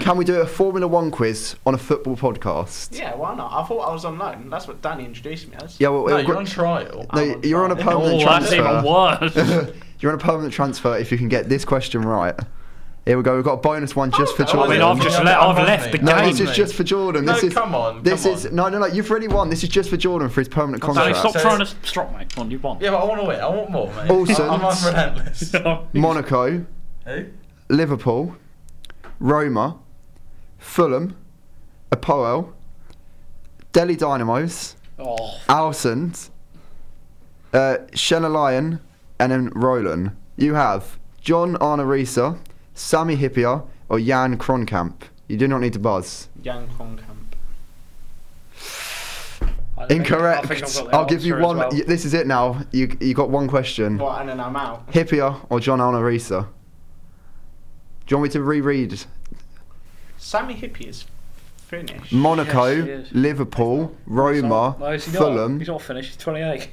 Can we do a Formula One quiz on a football podcast? [laughs] Yeah, why not? I thought I was on loan. That's what Danny introduced me as. Yeah, well, No, it'll you're gr- on trial. no, I'm on you're on a trial. permanent oh, that's even transfer. worse. [laughs] You're on a permanent transfer if you can get this question right. Here we go. We've got a bonus one just Oh, for I mean, Jordan. I mean, I've just Yeah, le- I'm I've on left me. the No, game. this is just for Jordan. No, This is come on, This come is on. no, no, no. You've already won. This is just for Jordan for his permanent No, contract. stop So trying to it's- stop, mate. Come on, you won. [laughs] Yeah, but I want to win. I want more, mate. Also- I- I'm unrelentless. Monaco, Who? Liverpool, Roma, Fulham, Apoel, Delhi Dynamos, Oh, Alsons, uh, Shenna Lyon, and then Roland. You have John Arnarisa, Sammy Hippier, or Jan Kronkamp. You do not need to buzz. Jan Kronkamp. I think- I think I've Incorrect. got the I'll give you answer as one. well. y- This is it now. You you got one question. What, and then I'm out. Hippier or John Arnarisa? Do you want me to reread? Sammy Hippie is finished. Monaco, Yes, he is. Liverpool, He's Roma, not- no, he's not. Fulham. He's not finished. He's 28.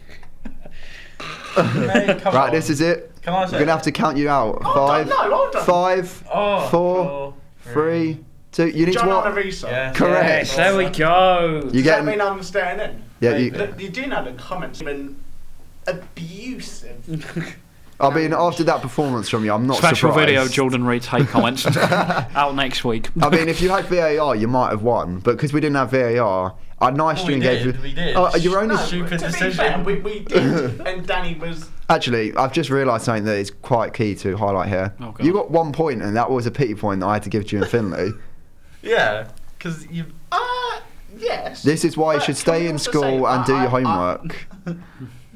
[laughs] Mate, come Right, on. this is it. Can I We're say? going to have to count you out. Five, Hold on, no, hold on. five, Oh, four, three, two. You need John to walk. Arisa. Yes, Correct. Yes, there we go. You Does that get. mean I'm staying in? Yeah, you- The- you do know the comments have been [laughs] abusive. I mean, after that performance from you, I'm not Special surprised. video, Jordan Reed take comments out next week. [laughs] I mean, if you had VAR, you might have won, but because we didn't have VAR, our nice Well, string we did. gave you. We did. Oh, you're only. No. Stupid to Be fair, decision. we, [laughs] we did, and Danny was. Actually, I've just realised something that is quite key to highlight here. Oh, God. you got one point, and that was a pity point that I had to give to you in Finley. [laughs] Yeah, because you. Uh, yes. This is why you But should can stay we in also school say, and I- do I- your I- homework.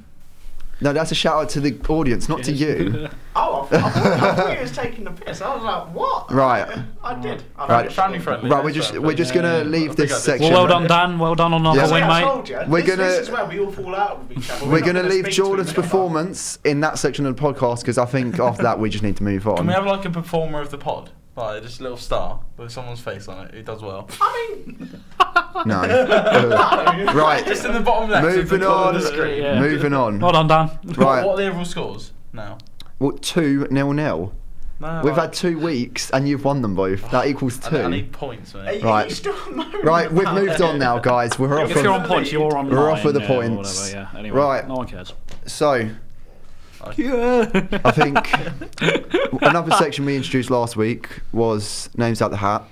[laughs] no, that's a shout out to the audience, not [laughs] to you. oh, [laughs] I thought, I thought he was taking the piss. I was like, what? Right. I did. I Right. did. Family friendly. Right, we're just we're just gonna Yeah. leave I this think I did. section. well, well done, Dan. Well done on Yeah. another See, win, I win, mate. told you, We're this, this gonna- is where we all fall out with each other. We're not gonna leave speak to Jordan's each other. performance in that section of the podcast because I think after that we just need to move on. Can we have like a performer of the pod? Like just a little star with someone's face on it who does [laughs] well. I mean, no. Uh, Just right. in the bottom left. of the Moving corner on. Of the screen. Yeah. Moving on. Well done, Dan. Right. What are the overall scores now? Well, two nil nil. No, We've like- had two weeks and you've won them both. That equals I need, I two. need points, are mate. you, Right. you still moaning [laughs] Right, we've about moved it? on now, guys. We're off. [laughs] If you're on From, points, you're on. We're off with nine, the yeah, or points. Whatever, yeah. Anyway, Right. No one cares. so [laughs] Yeah. I think another section we introduced last week was names out the hat.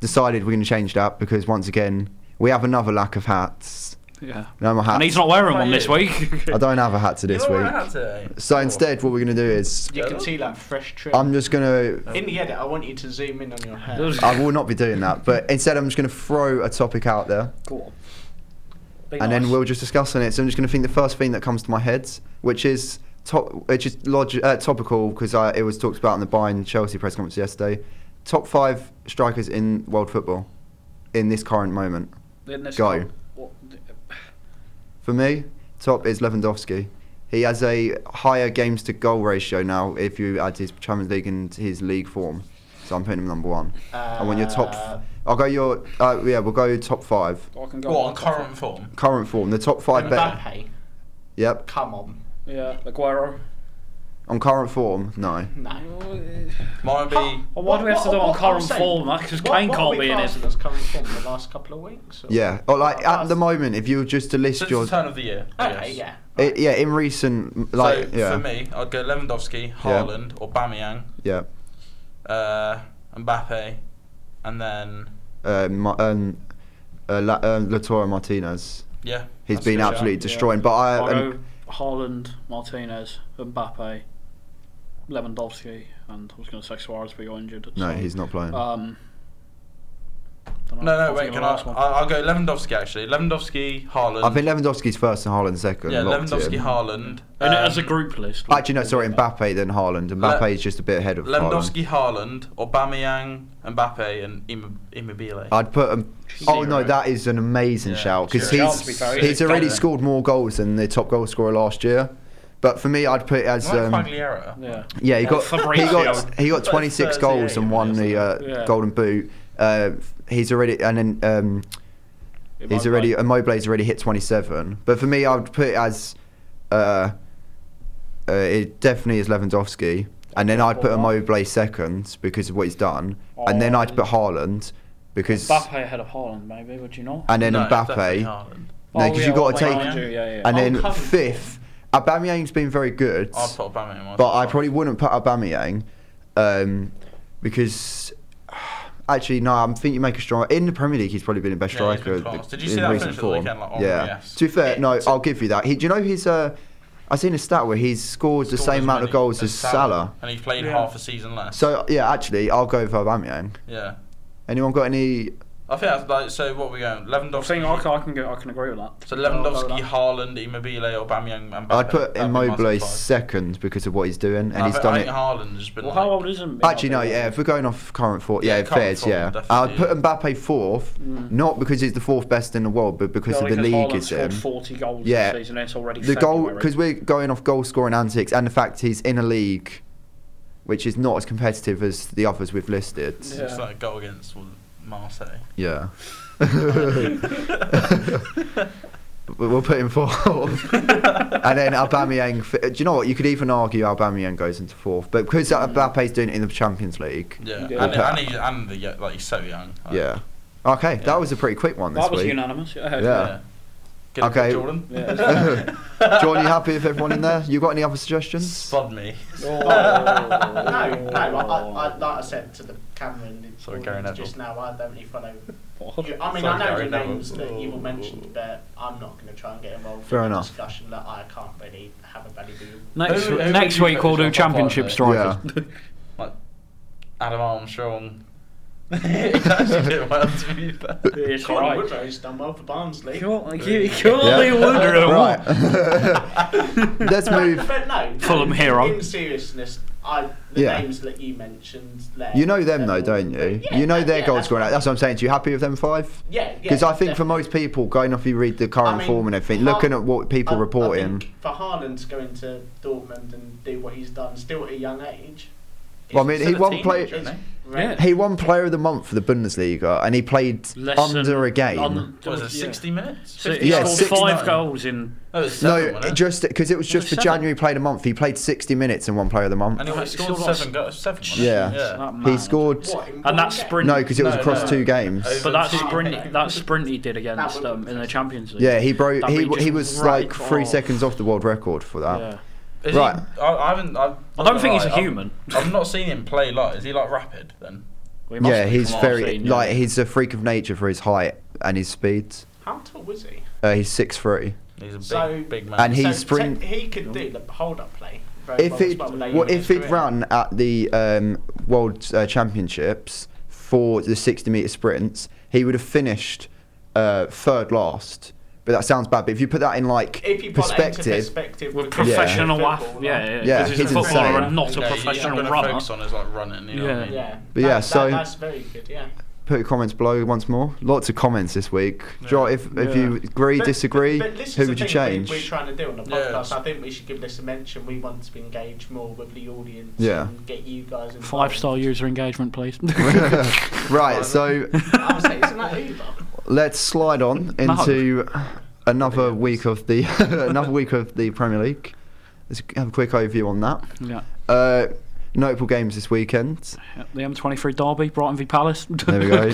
Decided we're going to change that because once again we have another lack of hats. [laughs] yeah. No more hats. And he's not wearing How one about this you? [laughs] week. I don't have a hat to this You're week. alright today. So Cool. instead, what we're going to do is You can see that fresh trim. I'm just Oh, going to. in the edit, I want you to zoom in on your hair. I will not be doing that, but instead I'm just going to throw a topic out there, Cool. and then we'll just discuss on it. So I'm just going to think the first thing that comes to my head, which is top, it's just log- uh, topical because it was talked about in the Bayern Chelsea press conference yesterday. Top five strikers in world football in this current moment. Then this Go. guy- what- For me, top is Lewandowski. He has a higher games to goal ratio now if you add his Champions League and his league form. So I'm putting him number one. Uh, and when your top, I'll go your uh, yeah, we'll go top five. I can go What on current form? Current form, the top five. Better. Mbappe, Yep. come on, Yeah, Aguero. On current form, no. no. Mine would be Well, why do we have to do it on what- what I'm current saying- form? Because what- Kane what are can't we be in classing it. as current form the last couple of weeks. Or? Yeah. Or like at That's- the moment, if you were just to list since your, the turn of the year. Okay, yes. yeah. I- yeah, in recent like so yeah, for me, I'd go Lewandowski, Haaland, or Bamiyang, yeah, uh, Mbappe, and then uh, Ma- um, uh, La- uh, Lautaro Martinez. yeah. He's that's a been good shout. absolutely destroying. But I, I'll um, go Haaland, Martinez, Mbappe, Lewandowski, and I was going to say Suarez, but you're injured. no, so, he's not playing. Uh, Um, don't know, No, no, can't wait. think Can of I? the last one. I- I'll go Lewandowski actually. Lewandowski, Haaland. I think Lewandowski's first and Haaland second. yeah, locked Lewandowski, in. Haaland. And as a um, group list. we- Actually, no, sorry, Mbappe then Haaland. Mbappe is just a bit ahead of Haaland. Lewandowski, Haaland, Aubameyang, Mbappe, and Im- Immobile. I'd put him. Oh no, Zero. that is an amazing Yeah, shout because zero. he's Shout, to be fair, he's he's a already gunner. scored more goals than the top goal scorer last year. But for me, I'd put it as Not um, Quagliarella. Yeah. Yeah, he Uh, Yeah, got he Fabrizio. got he got That's 26 goals 38, and won isn't the it? uh, Yeah. Golden Boot. Uh, he's already and then um, It might he's be already like- and Moble's already hit 27. But for me, I would put it as uh, uh, it definitely is Lewandowski, and then I'd put a Mobley second because of what he's done, and then I'd put Haaland because Oh. Mbappe ahead of Haaland, maybe, would you not? and then No, definitely Mbappe. Haaland. No, because you've got to wait, take Haaland. Oh, Yeah, yeah. and Oh, then current fifth. Aubameyang's been very good. I'd put Aubameyang. in my But top I five. probably wouldn't put Aubameyang um, because [sighs] actually no, I think you make a strong in the Premier League. He's probably been the best Yeah, he's striker been class. Did you in see that recent finish at the form. weekend, like, on yeah. Reyes? To be fair, Yeah, no, it's- I'll give you that. He, do you know he's uh, I seen a stat where he's scored, the Scored same as amount of many goals as Salah. and he played Yeah. half a season less. So yeah, actually, I'll go for Aubameyang. yeah, Anyone got any? I think that's like so. What are we going? I think Lewandowski. I can, I can go. I can agree with that. so I'll go Lewandowski, with that. Haaland, Immobile, Aubameyang, Mbappe. I'd put That'd be my top Immobile five. second because of what he's doing, and I he's think- done I it. think Haaland has been. Well, how like- old is him? Actually, no, yeah, if we're going off current four, yeah, Yeah, it current fares, form, yeah. definitely, I'd put yeah. Mbappe fourth, Mm. not because he's the fourth best in the world, but because of the league is him. Forty goals Yeah. this season. and It's already The goal, February. [laughs] because we're going off goal scoring antics and the fact he's in a league which is not as competitive as the others we've listed. Yeah. It's like a goal against [laughs] Marseille. [laughs] Yeah. But we'll put him fourth. [laughs] and then Aubameyang. fi- Do you know what? You could even argue Aubameyang goes into fourth, but because Mbappe's doing it in the Champions League. Yeah, Yeah. and, and, he, and the, yeah, like he's so young. Like, Yeah. Okay, Yeah. that was a pretty quick one this that was week. unanimous. Yeah. Yeah. Good luck, Okay. Jordan. Yeah. John, you happy with everyone in there? You got any other suggestions? [laughs] Spud [laughs] me. [laughs] Oh. Uh, No, no. I, I, like I said to the camera and the Sorry, audience Gary Neville. just now, I don't really follow. What? You, I mean, Sorry, I know Gary the Neville. names that you will mention, but I'm not going to try and get involved Fair in enough. a discussion that I can't really have a value. Next, Who- who would next you week we'll put do as your top five, championship though? strikers. [laughs] Like Adam Armstrong. [laughs] He's actually doing well to [laughs] be fair. It's Colin right. Woodrow's done well for Barnsley. Surely- you- surely Yeah. Woodrow. Right. [laughs] Let's move. But no, no, Fulham hero. In seriousness, I the Yeah. names that you mentioned. There, You know them they're though, all- don't you? Yeah, You know their yeah, goal that's scoring. fine. That's what I'm saying. Do you happy with them five? Yeah, yeah. Because I think for definitely. most people, going off you read the current I mean, form and everything, Har- looking at what people I- I reporting. think for Haaland to go into Dortmund and do what he's done, still at a young age. Well, I mean, he Still a won play. teenager, isn't he? Right. He won Player of the Month for the Bundesliga, and he played Less than- under a game. un- What was it, yeah. 60 minutes? So he Yeah, scored 69. five goals in. No, it's seven, no, wasn't it it? just because it was just it for seven? January Player of the Month. He played 60 minutes and won Player of the Month. And he, No, he he scored still got seven goals. Seven, wasn't Yeah. it? That He mad. scored. What, in one And that game? sprint. Oh, No, because it was No, across no. two games. But that Over two. sprint, that sprint he did against um, in the Champions League. Yeah, he broke. That He, we just he was like racked three off. seconds off the world record for that. Yeah. Is Right. He, I, I haven't. I've, I don't think he's a I've- human. I've not seen him play like. Is he like rapid then? We must yeah, be he's from what I've very seen, yeah. like he's a freak of nature for his height and his speed. How tall was he? Uh, he's six three. He's a big, So- big man. And he So sprint- te- he could do the hold up play. Very If well as he'd well, later well, in if his he'd career. run at the um, world uh, championships for the sixty meter sprints, he would have finished uh, third last But that sounds bad. But if you put that in like If you put that into perspective, perspective, With because professional it's yeah. football, yeah, like- yeah, Yeah, because he's he's a footballer insane. and not a Yeah, professional you're gonna runner. Focus on is like running. You know What I Yeah. mean? Yeah. But yeah, that, so- that, that's very good. Yeah. put comments below once more. Lots of comments this week. Yeah. Jo- if if you Yeah. agree, But- disagree, but- but this is who the would you thing we- change? [laughs] We're trying to do on the Yeah. podcast. I think we should give this a mention. We want to engage more with the audience. Yeah. And get you guys involved. Five star user [laughs] engagement, please. [laughs] [laughs] right, so I was like, isn't that Uber? [laughs] let's slide [laughs] on No. into another week of the [laughs] another week of the Premier League. Let's have a quick overview on that. yeah. Uh, notable games this weekend. The M23 derby, Brighton v Palace. There we [laughs] go.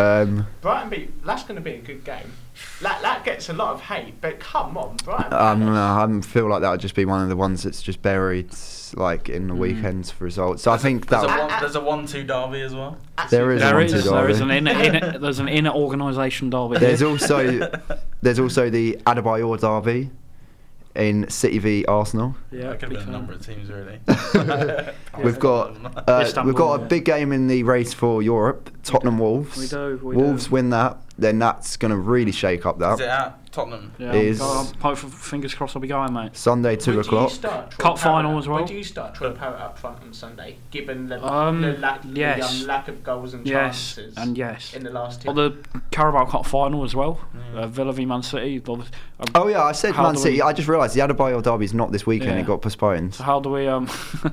Um, Brighton beat. That's going to be a good game. That that gets a lot of hate, but come on, Brighton. um, I am- feel like that would just be one of the ones that's just buried like in the Mm. weekends for results. So I think There's, that a one, there's a one-two derby as well. there is a There one is, to there derby. is an inner, inner there's an inner organisation derby. There's also there's also the Adebayor derby in City v Arsenal. yeah, that could big have been a fan. number of teams really. [laughs] We've got uh, we've got a Istanbul. big game in the race for Europe. Tottenham Wolves. We do, we Wolves do. win that, then that's going to really shake up [laughs] Is it that. at Tottenham? Yeah, is- God, I'm- hope- fingers crossed I'll be going, mate. Sunday two Would you o'clock. start Troy Cup final Parrott- as well. Would you start Troy Parrott up front on Sunday, given the, Um, the, lack, yes. the um, lack of goals and Yes, chances and yes. in the Mm. last two? Well, the Carabao Cup final as well. Uh, Villa v Man City. the- uh, Oh yeah, I said How Man do City. we- I just realised the Adebayor derby is not this weekend. Yeah. It got postponed. So how do we um,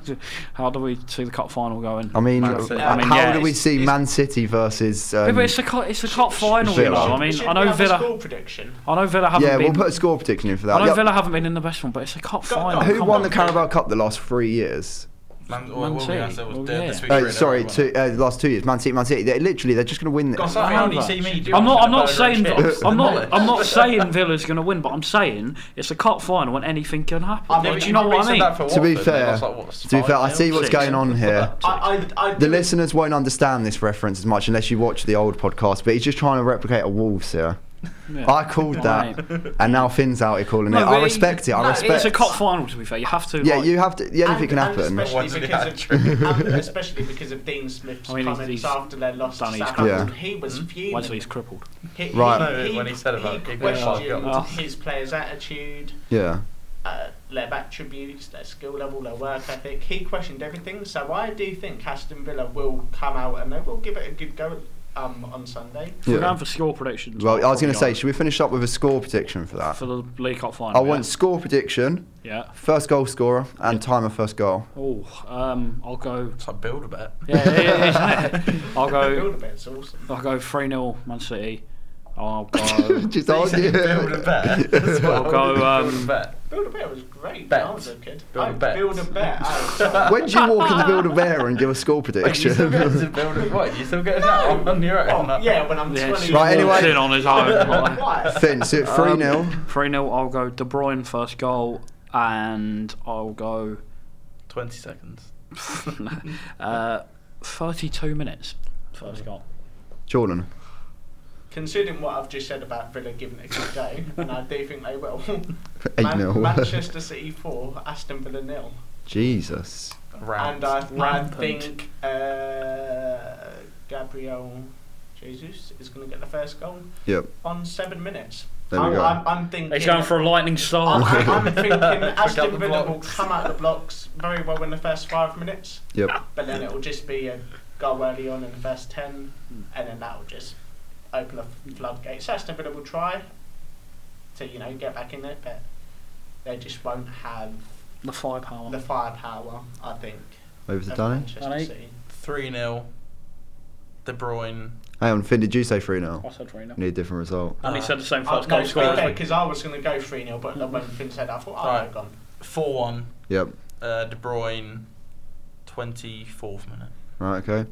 [laughs] how do we see the cup final going? I mean, Man uh, City. how I mean, yeah, do we it's- see it's- Man City versus? Um, Yeah, but it's the cu- it's the cup final, you Villa. know. I Should- mean, Should I we know have a Villa. score prediction. I know Villa haven't yeah, been. we'll put a score prediction in for I that. know Yeah, Villa haven't been in the best one, but it's a cup Go- go. final. Who come won on. the Carabao Cup the last three years? Man, Man well, City. yeah, so it was Well, dead yeah. this week, Uh, really, sorry, that two, one. uh, last two years. Man City, Man City. They're, literally, they're just going to win this. God, sorry, I only know see that. me do I'm not. it. I'm not Burger and saying. chips. I'm not. [laughs] Bollocks. [laughs] I'm not saying Villa's going to win, but I'm saying it's a cup final and anything can happen. I've Do never- you know I've what I mean? To be fair, to be fair, I see what's going on here. I, I, I The listeners won't understand this reference as much unless you watch the old podcast, but he's just trying to replicate a Wolves here. Yeah. I called that, and now Finn's out here calling No, it. but I respect it. I no, respect. It's a cup final, to be fair. You have to. Yeah, like- you have to. Yeah, anything can and, happen. And especially, Wasn't it because of, [laughs] and especially because of Dean Smith's I mean, he's- comments he's after their loss to done his Hmm? Southampton. Yeah. He was fuming. Wesley's crippled. He, he- Right. No, when he said about he it, yeah. questioned Oh. his players' attitude, Yeah. uh, their attributes, their skill level, their work ethic. He questioned everything. So I do think Aston Villa will come out and they will give it a good go um, on Sunday. We're Yeah. going for score predictions. Well, I was probably going to say, aren't. should we finish up with a score prediction for that? for the League Cup final. I yeah. want score prediction, Yeah. first goal scorer, and time of first goal. Oh, um, I'll go. It's like build a bet. Yeah, yeah, yeah, [laughs] isn't it? I'll go. It's awesome. I'll go three 0 Man City. I'll [laughs] Oh, go. Just They say argue. build [laughs] a bet. That's what I I'll wanted, go, build a [laughs] um, bet. Build a Bear was great. Bet. when I was a kid. Build a Oh, Bet. Build a [laughs] Bear. Oh, when do you walk in the build a bear and give a score Wait, [laughs] you still getting to prediction? build a what? You still getting that on, on your own? well, Oh, yeah, when I'm Yeah, 20. Right, walks anyway. in on his [laughs] own. like- Why? Finn, so Um, 3 0. Three 0 I'll go De Bruyne first goal, and I'll go [laughs] Twenty seconds. uh, thirty-two minutes first goal. Jordan. Considering what I've just said about Villa giving it a good go, and I do think they will. 8 Man- 0. Manchester City 4, Aston Villa nil. [laughs] Jesus. Round. And I, I Rampant. think uh, Gabriel Jesus is going to get the first goal Yep. on seven minutes. There we I'm, go. I'm, I'm thinking. He's going for a lightning [laughs] I'm, start. I'm I'm thinking Forgot Aston the Villa will blocks. come out the blocks very well in the first five minutes, Yep. but then it will just be a goal early on in the first ten, Hmm. and then that will just open the floodgates. Aston Villa will try to you know get back in it, but they just won't have the firepower. the firepower. I think. Over to of Danny. Manchester Danny? City. Three 0 De Bruyne. Hang on, Finn, did you say 3 0? I said three 0 Need a different result. And Uh, he said the same Oh, first no, goal it's scorer. okay because I was going to go three 0 but then Hmm. when Finn said, that, I thought oh, Alright. I've gone. Four one. Yep. Uh, De Bruyne. Twenty fourth minute. Right, okay.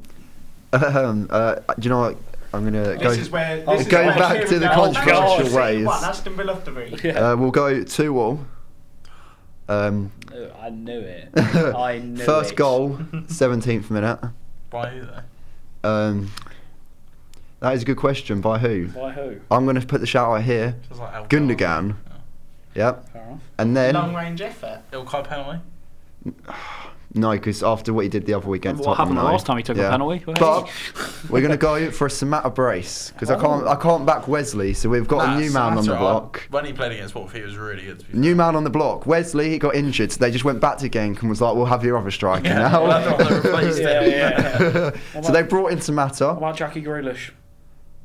Um, uh, do you know what? I'm going to go. This is where Oh, this is going where back Kieran to the goes, controversial Manchester City ways. won, Aston Villa three. uh, we'll go 2 all. [laughs] Um, I knew [laughs] it. first goal, 17th minute. By who though? Um, that is a good question. By who? By who? I'm going to put the shout out here. Feels like El Gundogan. Ghazi. Yep. Fair enough. And then Long range effort. Yeah. Ilkay penalty. No, because after what he did the other week against Remember what happened Tottenham, the no. last time he took a Yeah. penalty? But we're gonna go for a Samata brace because Oh. I can't I can't back Wesley, so we've got Nah, a new man on the Samatta, I- block. When he played against Watford, he was really good. To be fair. New man on the block. Wesley he got injured, so they just went back to Genk and was like, "We'll have your other striker Yeah, now." well, that's what they [laughs] replaced Yeah, him. [laughs] yeah. so they brought in Samata. about Jackie Grealish?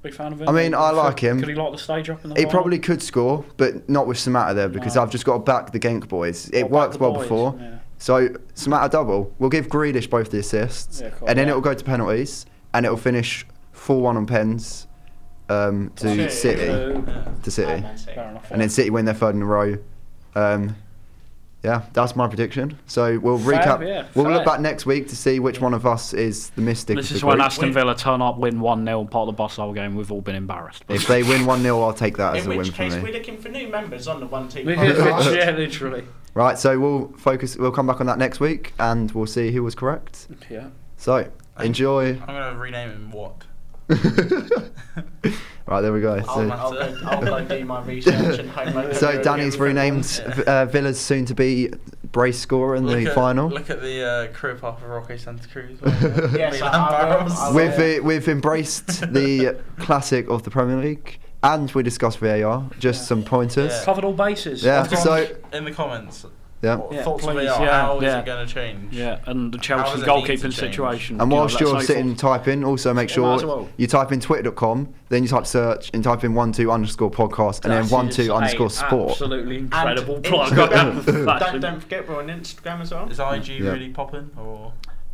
Big fan of him. I mean, I like him. Could he lock the stage up in the He lineup? probably could score, but not with Samata there because No. I've just got to back the Genk boys. It Or back worked the well boys, before. yeah. So Samata double. We'll give Grealish both the assists, Yeah, cool. and then it'll go to penalties, and it'll finish four-one on pens um, to Two. City. Two. Yeah. To City. And that's it. Fair enough. and then City win their third in a row. Um, yeah, that's my prediction. So we'll Fair, recap. yeah, we'll fair. look back next week to see which one of us is the mystic. This of is the when group. Aston Villa turn up, win 1 0, part of the Barcelona game. We've all been embarrassed. If they win one 0 I'll take that as In a win which for case, we're me. looking for new members on the one team. [laughs] podcast. yeah, [laughs] literally. Right, so we'll focus. We'll come back on that next week, and we'll see who was correct. Yeah. So enjoy. I'm going to rename him What. [laughs] right, there we go. I'll, So, I'll, go, I'll go do my research [laughs] and homework. so Danny's renamed uh, Villa's soon-to-be brace scorer in the look at, final. Look at the uh, career path of Roque Santa [laughs] Cruz. Yes, Milan I will, Barros. I will. We've, Yeah. uh, we've embraced [laughs] the classic of the Premier League and we discussed VAR, just some pointers. Covered all bases. Yeah, Everyone- so, in the comments. yeah. What Yeah, thoughts on please, VAR? yeah, how is yeah. it going to change? Yeah, and the How Chelsea does it need to goalkeeping change? situation. And you know, whilst that's you're so sitting fun. typing, also make Yeah, might sure as well. you type in twitter.com, then you type search and type in one two underscore podcast and then That one is two a underscore sport. Absolutely incredible And plug. [laughs] Instagram. That's don't, a- don't forget, we're on Instagram as well. Is IG Yeah. really popping? Or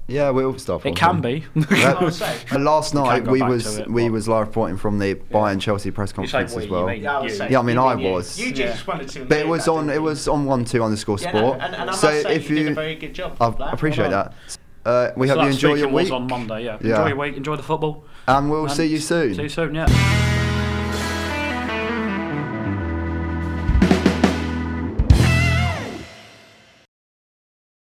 Yeah, we'll stop. It [laughs] can be. Yeah. Oh, so- And last We can't night go we back was to it, we but- was live reporting from the Bayern Chelsea press You say conference we, as you well. mean- Yeah, I was You. saying, Yeah, I mean, you I you. was. You Yeah. just wanted to. But it include was that, on didn't it you? was on one two underscore Yeah, sport. no, and, and I must so say, if you, you, did a very good job. I with that. appreciate Well that. Uh, we So hope you that enjoy your speaking was week, on Monday. Yeah. Yeah. Enjoy your week. Enjoy the football. and we'll and see you soon. See you soon. Yeah.